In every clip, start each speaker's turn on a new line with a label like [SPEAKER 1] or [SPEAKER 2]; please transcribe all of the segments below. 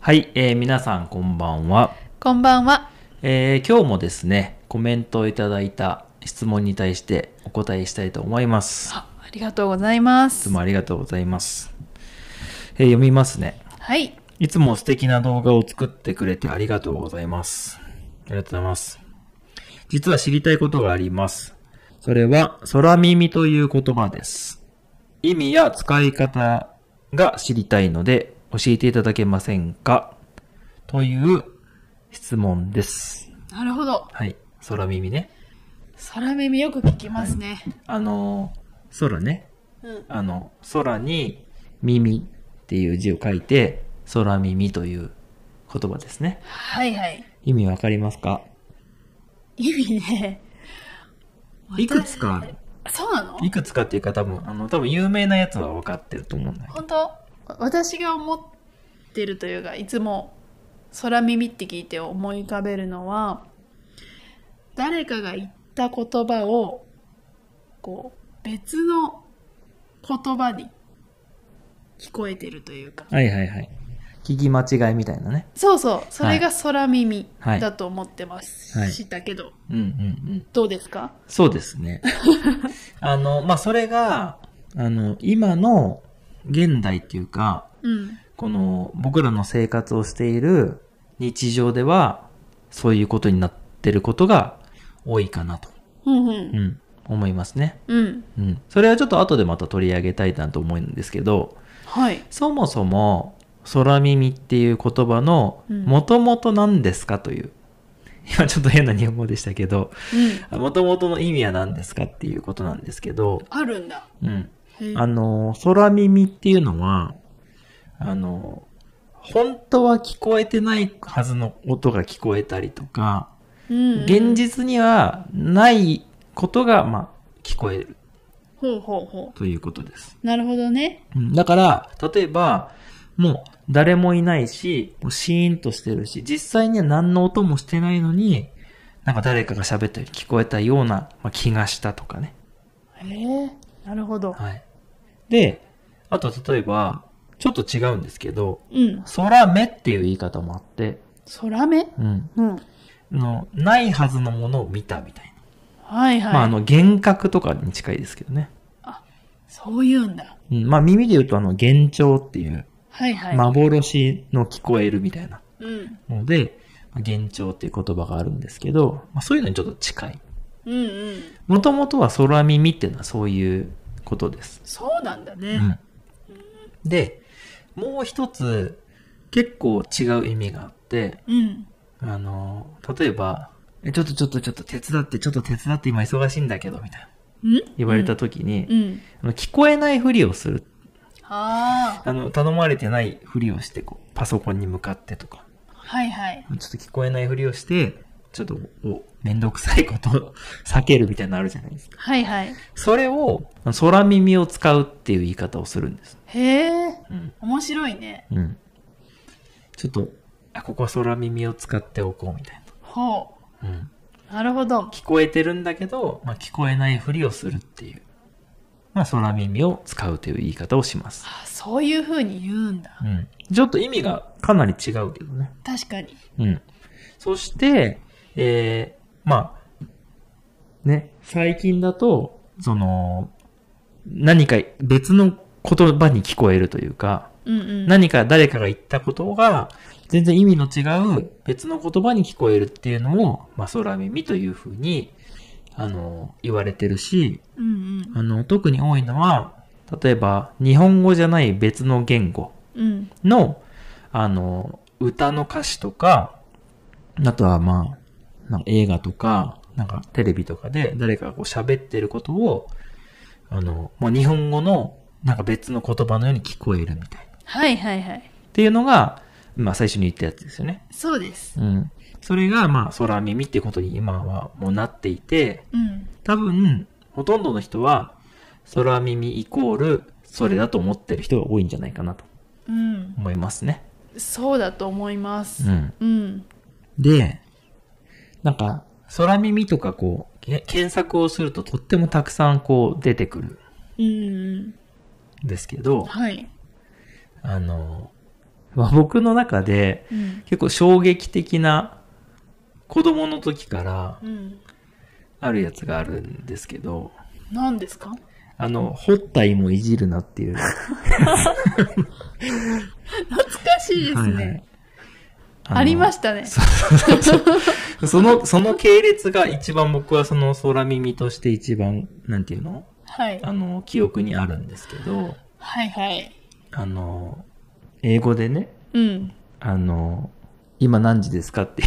[SPEAKER 1] はい、えー皆さんこんばんは、
[SPEAKER 2] こんばんは。
[SPEAKER 1] えー今日もですね、コメントをいただいた質問に対してお答えしたいと思います。い
[SPEAKER 2] ありがとうございま
[SPEAKER 1] つ
[SPEAKER 2] す。
[SPEAKER 1] もありがとうございます。えー読みますね。
[SPEAKER 2] はい。
[SPEAKER 1] いつも素敵な動画を作ってくれてありがとうございます。ありがとうございます。実は知りたいことがあります。それは、空耳という言葉です。意味や使い方が知りたいので、教えていただけませんかという質問です。
[SPEAKER 2] なるほど。
[SPEAKER 1] はい。空耳ね。
[SPEAKER 2] 空耳よく聞きますね。
[SPEAKER 1] あのー、空ね。
[SPEAKER 2] うん
[SPEAKER 1] あの、空に耳っていう字を書いて、空耳という言葉ですね。
[SPEAKER 2] はいはい。
[SPEAKER 1] 意味わかりますか
[SPEAKER 2] 意味ね。
[SPEAKER 1] いくつかある。
[SPEAKER 2] 私。そうなの
[SPEAKER 1] いくつかっていうか多分、あの、多分有名なやつは分かってると思うんだけど。
[SPEAKER 2] 本当わ私が思ってるというか、いつも空耳って聞いて思い浮かべるのは、誰かが言った言葉を、こう、別の言葉に聞こえてるというか。
[SPEAKER 1] はいはいはい。聞き間違いみたいなね。
[SPEAKER 2] そうそう、それが空耳
[SPEAKER 1] はい
[SPEAKER 2] だと思ってます、
[SPEAKER 1] はい
[SPEAKER 2] したけど、
[SPEAKER 1] うんうんうん。
[SPEAKER 2] どうですか
[SPEAKER 1] そうです ね。あの、まあ、それが、あの、今の現代っていうか、
[SPEAKER 2] うん。
[SPEAKER 1] この僕らの生活をしている日常では、そういうことになってることが多いかなと、
[SPEAKER 2] うんう。
[SPEAKER 1] うんん、思いますね。
[SPEAKER 2] うん。
[SPEAKER 1] うん。それはちょっと後でまた取り上げたいなと思うんですけど、
[SPEAKER 2] はい。
[SPEAKER 1] そもそも空耳っていう言葉の
[SPEAKER 2] うん
[SPEAKER 1] もともと何ですかという、今ちょっと変な日本語でしたけど
[SPEAKER 2] うん。
[SPEAKER 1] もともとの意味は何ですかっていうことなんですけど、
[SPEAKER 2] あるんだ。
[SPEAKER 1] うん、
[SPEAKER 2] へえ
[SPEAKER 1] あの空耳っていうのはあの本当は聞こえてないはずの音が聞こえたりとか
[SPEAKER 2] うんうん
[SPEAKER 1] 現実にはないことが、まあ、聞こえる
[SPEAKER 2] ほうほうほ
[SPEAKER 1] ということです。
[SPEAKER 2] う。なるほどね。
[SPEAKER 1] うんだから、例えば、もう誰もいないし、もうシーンとしてるし、実際には何の音もしてないのに、なんか誰かが喋ったように聞こえたような、まあ、気がしたとかね。
[SPEAKER 2] へえなるほど。
[SPEAKER 1] はい。で、あと例えば、ちょっと違うんですけど、
[SPEAKER 2] うん。
[SPEAKER 1] 空目っていう言い方もあって、
[SPEAKER 2] 空目
[SPEAKER 1] うん。
[SPEAKER 2] う
[SPEAKER 1] あ
[SPEAKER 2] ん。
[SPEAKER 1] の、ないはずのものを見たみたいな。
[SPEAKER 2] はいはい。
[SPEAKER 1] まあ、あの、幻覚とかに近いですけどね。
[SPEAKER 2] そういうんだ。
[SPEAKER 1] うん。まあ、耳で言うと、あの、幻聴っていう、
[SPEAKER 2] はいはい。
[SPEAKER 1] 幻の聞こえるみたいな。
[SPEAKER 2] うん。
[SPEAKER 1] ので、まあ幻聴っていう言葉があるんですけど、まあ、そういうのにちょっと近い。
[SPEAKER 2] うんうん。
[SPEAKER 1] もともとは空耳っていうのはそういうことです。
[SPEAKER 2] そうなんだ
[SPEAKER 1] う
[SPEAKER 2] ね。
[SPEAKER 1] ん、で、もう一つ結構違う意味があって、
[SPEAKER 2] うん。
[SPEAKER 1] あの、例えば、えちょっとちょっとちょっと手伝って、ちょっと手伝って今忙しいんだけど、みたいな
[SPEAKER 2] うん。
[SPEAKER 1] 言われた時に、
[SPEAKER 2] うん。
[SPEAKER 1] あの聞こえないふりをする。
[SPEAKER 2] ああ。
[SPEAKER 1] あの、頼まれてないふりをして、こう、パソコンに向かってとか。
[SPEAKER 2] はいはい。
[SPEAKER 1] ちょっと聞こえないふりをして、ちょっとおめんどくさいことを避けるみたいなのあるじゃないですか。
[SPEAKER 2] はいはい。
[SPEAKER 1] それを、空耳を使うっていう言い方をするんです。
[SPEAKER 2] へえ。
[SPEAKER 1] うん。
[SPEAKER 2] 面白いね。
[SPEAKER 1] うん。ちょっと、あ、ここは空耳を使っておこうみたい
[SPEAKER 2] ほ
[SPEAKER 1] な。うん。
[SPEAKER 2] う。なるほど。
[SPEAKER 1] 聞こえてるんだけど、まあ、聞こえないふりをするっていう。まあ、空耳を使うという言い方をします。
[SPEAKER 2] あそういう風に言うんだ。
[SPEAKER 1] うん。ちょっと意味がかなり違うけどね。
[SPEAKER 2] 確かに。
[SPEAKER 1] うん。そして、えー、まあ、ね、最近だと、その、何か別の言葉に聞こえるというか、
[SPEAKER 2] うんうん。
[SPEAKER 1] 何か誰かが言ったことが、全然意味の違う別の言葉に聞こえるっていうのを、まあ、空耳というふうに、あの、言われてるし、
[SPEAKER 2] うん
[SPEAKER 1] あの、特に多いのは、例えば、日本語じゃない別の言語
[SPEAKER 2] うん。うん。
[SPEAKER 1] の、あの、歌の歌詞とか、あとはまあ、なんか映画とか、なんかテレビとかで誰かがこう喋ってることを、あの、もう日本語のなんか別の言葉のように聞こえるみたいな。っ
[SPEAKER 2] はいはいはい。
[SPEAKER 1] ていうのが、まあ最初に言ったやつですよね。
[SPEAKER 2] そうです。
[SPEAKER 1] うん。それがまあ空耳っていうことに今はもうなっていて、
[SPEAKER 2] うん。
[SPEAKER 1] 多分、ほとんどの人は、空耳イコール、それだと思ってる人が多いんじゃないかなと
[SPEAKER 2] うん。
[SPEAKER 1] 思いますね。
[SPEAKER 2] そうだと思います。
[SPEAKER 1] ん。
[SPEAKER 2] うん。
[SPEAKER 1] で、なんか、空耳とかこう、け検索をするととってもたくさんこう出てくる
[SPEAKER 2] うん。うん
[SPEAKER 1] んですけど、
[SPEAKER 2] はい。
[SPEAKER 1] あの、まあ、僕の中で
[SPEAKER 2] うん
[SPEAKER 1] 結構衝撃的な子供の時から
[SPEAKER 2] うん
[SPEAKER 1] あるやつがあるんですけど、
[SPEAKER 2] 何ですか
[SPEAKER 1] あの、掘った芋いじるなっていう。
[SPEAKER 2] 懐かしいですね、
[SPEAKER 1] はいはい
[SPEAKER 2] ありま
[SPEAKER 1] し
[SPEAKER 2] したね
[SPEAKER 1] た。 その、その系列が一番僕はその空耳として一番、なんていうの
[SPEAKER 2] はい
[SPEAKER 1] あの、記憶にあるんですけど、
[SPEAKER 2] はいはい
[SPEAKER 1] あの、英語でね、
[SPEAKER 2] うん
[SPEAKER 1] あの、今何時ですか ってい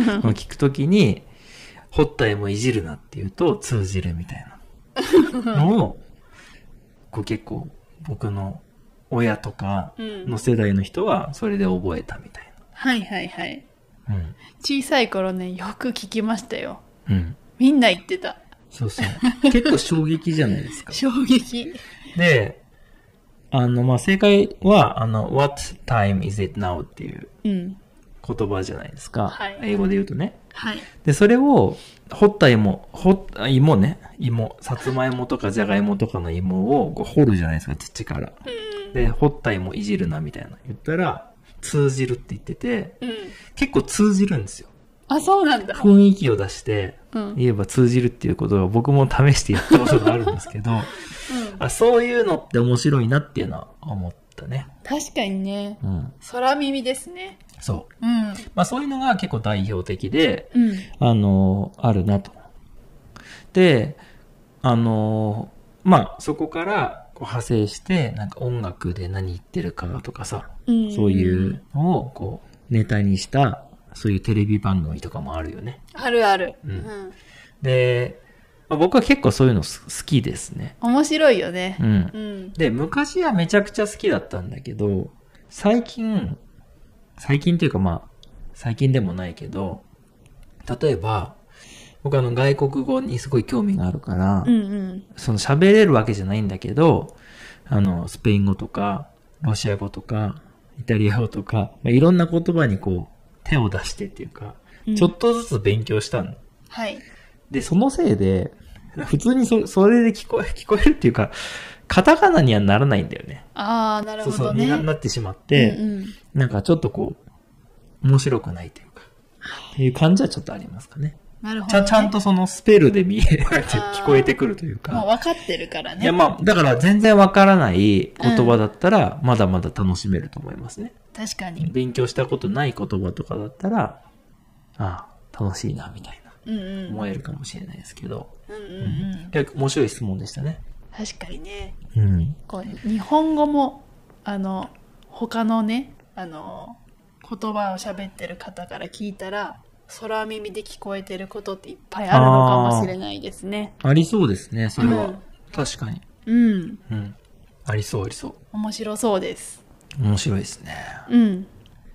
[SPEAKER 1] うのを聞くときに、掘った絵もいじるなって言うと通じるみたいなのを、こう結構僕の親とか
[SPEAKER 2] うん
[SPEAKER 1] の世代の人はそれで覚えたみたい
[SPEAKER 2] はいはいはい
[SPEAKER 1] な。
[SPEAKER 2] 小さい頃ねよく聞きましたよ
[SPEAKER 1] うん。うん。
[SPEAKER 2] みんな言ってた
[SPEAKER 1] そうそう。 結構衝撃じゃないですか。
[SPEAKER 2] 衝撃
[SPEAKER 1] で、あの、まあ、正解は、あの、what time is it now っていう
[SPEAKER 2] うん
[SPEAKER 1] 言葉じゃないですか。
[SPEAKER 2] はい
[SPEAKER 1] 英語で言うとね。
[SPEAKER 2] はい
[SPEAKER 1] で、それを、掘った芋、掘った芋ね、芋、さつまいもとかじゃがいもとかの芋をこう掘るじゃないですか、土から。で、掘った芋いじるな、みたいな。言ったら、通じるって言ってて、
[SPEAKER 2] うん
[SPEAKER 1] 結構通じるんですよ。
[SPEAKER 2] あそうなんだ
[SPEAKER 1] 雰囲気を出して、
[SPEAKER 2] うん
[SPEAKER 1] 言えば通じるっていうことが僕も試してやったことがあるんですけど、あそういうのって面白いなっていうのは思ったね。
[SPEAKER 2] 確かにね
[SPEAKER 1] うん。
[SPEAKER 2] 空耳ですね
[SPEAKER 1] そう。
[SPEAKER 2] うん
[SPEAKER 1] まあそういうのが結構代表的で、
[SPEAKER 2] うん
[SPEAKER 1] あの、あるなと。で、あの、まあ、そこからこう派生して、なんか音楽で何言ってるかとかさ、
[SPEAKER 2] うん
[SPEAKER 1] そういうのをこう、ネタにした、そういうテレビ番組とかもあるよね。
[SPEAKER 2] あるある、
[SPEAKER 1] うん
[SPEAKER 2] うん、
[SPEAKER 1] で、まあ、僕は結構そういうのす好きですね。
[SPEAKER 2] 面白いよね
[SPEAKER 1] うん。
[SPEAKER 2] うん
[SPEAKER 1] で、昔はめちゃくちゃ好きだったんだけど、最近、最近というかまあ、最近でもないけど、例えば、僕あの外国語にすごい興味があるから、
[SPEAKER 2] うんうん
[SPEAKER 1] その喋れるわけじゃないんだけど、あの、スペイン語とか、ロシア語とか、イタリア語とか、まあ、いろんな言葉にこう、手を出してっていうか、
[SPEAKER 2] うん
[SPEAKER 1] ちょっとずつ勉強したの。
[SPEAKER 2] はい
[SPEAKER 1] で、そのせいで、普通にそそれで聞こえ、聞こえるっていうか、カタカナにはならないんだよね。
[SPEAKER 2] ああなる
[SPEAKER 1] そ
[SPEAKER 2] ほ
[SPEAKER 1] うそう、
[SPEAKER 2] どね
[SPEAKER 1] にななってしまって、
[SPEAKER 2] うんうん
[SPEAKER 1] なんかちょっとこう、面白くないというか、っていう感じはちょっとありますかね。
[SPEAKER 2] なるほ
[SPEAKER 1] ちゃ
[SPEAKER 2] ど、
[SPEAKER 1] ん
[SPEAKER 2] ね、
[SPEAKER 1] ちゃんとそのスペルで見え、聞こえてくるという
[SPEAKER 2] もう
[SPEAKER 1] か。
[SPEAKER 2] 分かってるからね
[SPEAKER 1] いやまあ、だから全然わからない言葉だったら、まだまだ楽しめると思いますね。
[SPEAKER 2] 確かに
[SPEAKER 1] 勉強したことない言葉とかだったら、ああ、楽しいな、みたいな、
[SPEAKER 2] うんうん
[SPEAKER 1] 思えるかもしれないですけど。
[SPEAKER 2] うんうん
[SPEAKER 1] う
[SPEAKER 2] うん
[SPEAKER 1] ん。結構面白い質問でしたね。
[SPEAKER 2] 確かにね
[SPEAKER 1] うん。
[SPEAKER 2] こう日本語もあの他のねあの言葉を喋ってる方から聞いたら空耳で聞こえてることっていっぱいあるのかもしれないですね
[SPEAKER 1] ありそうですね、それは。
[SPEAKER 2] うん
[SPEAKER 1] 確かに。
[SPEAKER 2] うん
[SPEAKER 1] うん。ありそう、ありそう。
[SPEAKER 2] 面白そうです
[SPEAKER 1] 面白いですね。
[SPEAKER 2] うん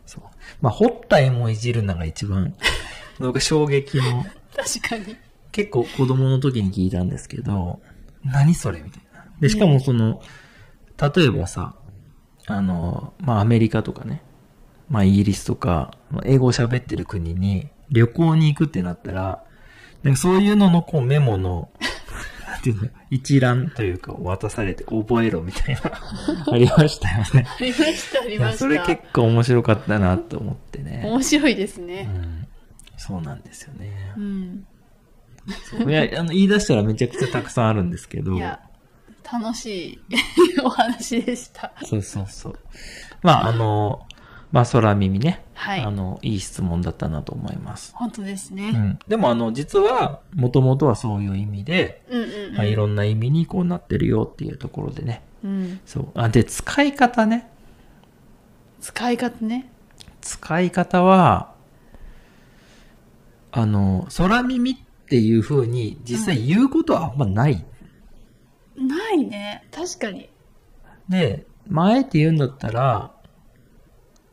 [SPEAKER 1] そう。まあ、掘った絵もいじるのが一 番、僕は衝撃の、
[SPEAKER 2] 確かに
[SPEAKER 1] 結構子供の時に聞いたんですけど、何それみたいな。で、しかもその、例えばさ、あの、まあ、アメリカとかね、まあ、イギリスとか、まあ英語を喋ってる国に旅行に行くってなったら、なんかそういうののこうメモ の、なんていうの、一覧というか渡されて覚えろみたいな、 ありましたよね。
[SPEAKER 2] ありましたあり
[SPEAKER 1] い
[SPEAKER 2] ま
[SPEAKER 1] や
[SPEAKER 2] した
[SPEAKER 1] それ結構面白かったなと思ってね。
[SPEAKER 2] 面白いです
[SPEAKER 1] う
[SPEAKER 2] ね
[SPEAKER 1] んそうなんですよね
[SPEAKER 2] う。ん
[SPEAKER 1] そういや、あの、言い出したらめちゃくちゃたくさんあるんですけど
[SPEAKER 2] い。や楽しいお話でした
[SPEAKER 1] そうそうそう。まあ、あの、まあ、空耳ね。
[SPEAKER 2] はい
[SPEAKER 1] あの、いい質問だったなと思います。
[SPEAKER 2] 本当です
[SPEAKER 1] う
[SPEAKER 2] ね、
[SPEAKER 1] ん。でも、あの、実は、もともとはそういう意味で、
[SPEAKER 2] うん、うんうん
[SPEAKER 1] まあ、いろんな意味にこうなってるよっていうところでね。
[SPEAKER 2] うん
[SPEAKER 1] そう。あ、で、使い方ね。
[SPEAKER 2] 使い方ね
[SPEAKER 1] 使い方は、あの、空耳っていう風に実際言うことはあんまない。
[SPEAKER 2] ないね確かに
[SPEAKER 1] で、まあ、あえて言うんだったら、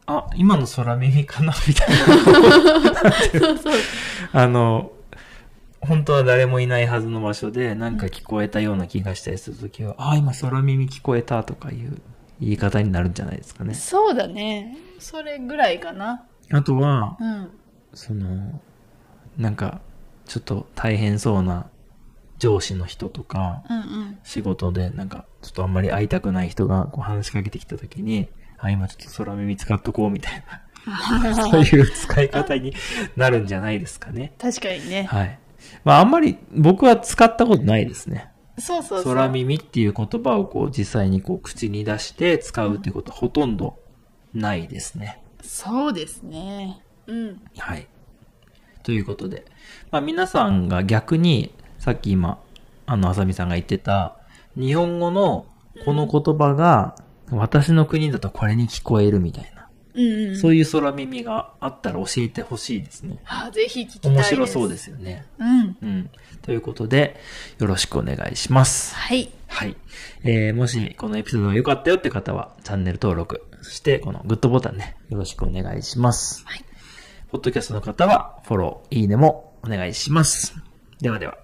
[SPEAKER 1] あ、今の空耳かな みたいな。
[SPEAKER 2] そうそう
[SPEAKER 1] あの、本当は誰もいないはずの場所で、なんか聞こえたような気がしたりするときは、あ、今空耳聞こえたとかいう言い方になるんじゃないですかね。
[SPEAKER 2] そうだね。それぐらいかな。
[SPEAKER 1] あとは、
[SPEAKER 2] うん。
[SPEAKER 1] その、なんか、ちょっと大変そうな上司の人とか、
[SPEAKER 2] うんうん。
[SPEAKER 1] 仕事でなんか、ちょっとあんまり会いたくない人がこう話しかけてきたときに、あ、今ちょっと空耳使っとこうみたいな、 そういう使い方になるんじゃないですかね。
[SPEAKER 2] 確かにね。
[SPEAKER 1] はい。まあ、あんまり僕は使ったことないですね。
[SPEAKER 2] そうそうそう。
[SPEAKER 1] 空耳っていう言葉をこう実際にこう口に出して使うっていうことはほとんどないですね。
[SPEAKER 2] そうですね。うん。
[SPEAKER 1] はい。ということで。まあ皆さんが逆に、さっき今、あの、あさみさんが言ってた、日本語のこの言葉が、私の国だとこれに聞こえるみたいな。
[SPEAKER 2] うん、うん。
[SPEAKER 1] そういう空耳があったら教えてほしいですね。
[SPEAKER 2] あぜひ聞きたいで
[SPEAKER 1] 面
[SPEAKER 2] す。。
[SPEAKER 1] 白そうですすよね。
[SPEAKER 2] うん。
[SPEAKER 1] うん。ということで、よろしくお願いします。
[SPEAKER 2] はい。
[SPEAKER 1] はい。えー、もし、このエピソードが良かったよって方は、チャンネル登録、そして、このグッドボタンね、よろしくお願いします。
[SPEAKER 2] はい。
[SPEAKER 1] ポッドキャストの方は、フォロー、いいねもお願いします。ではでは。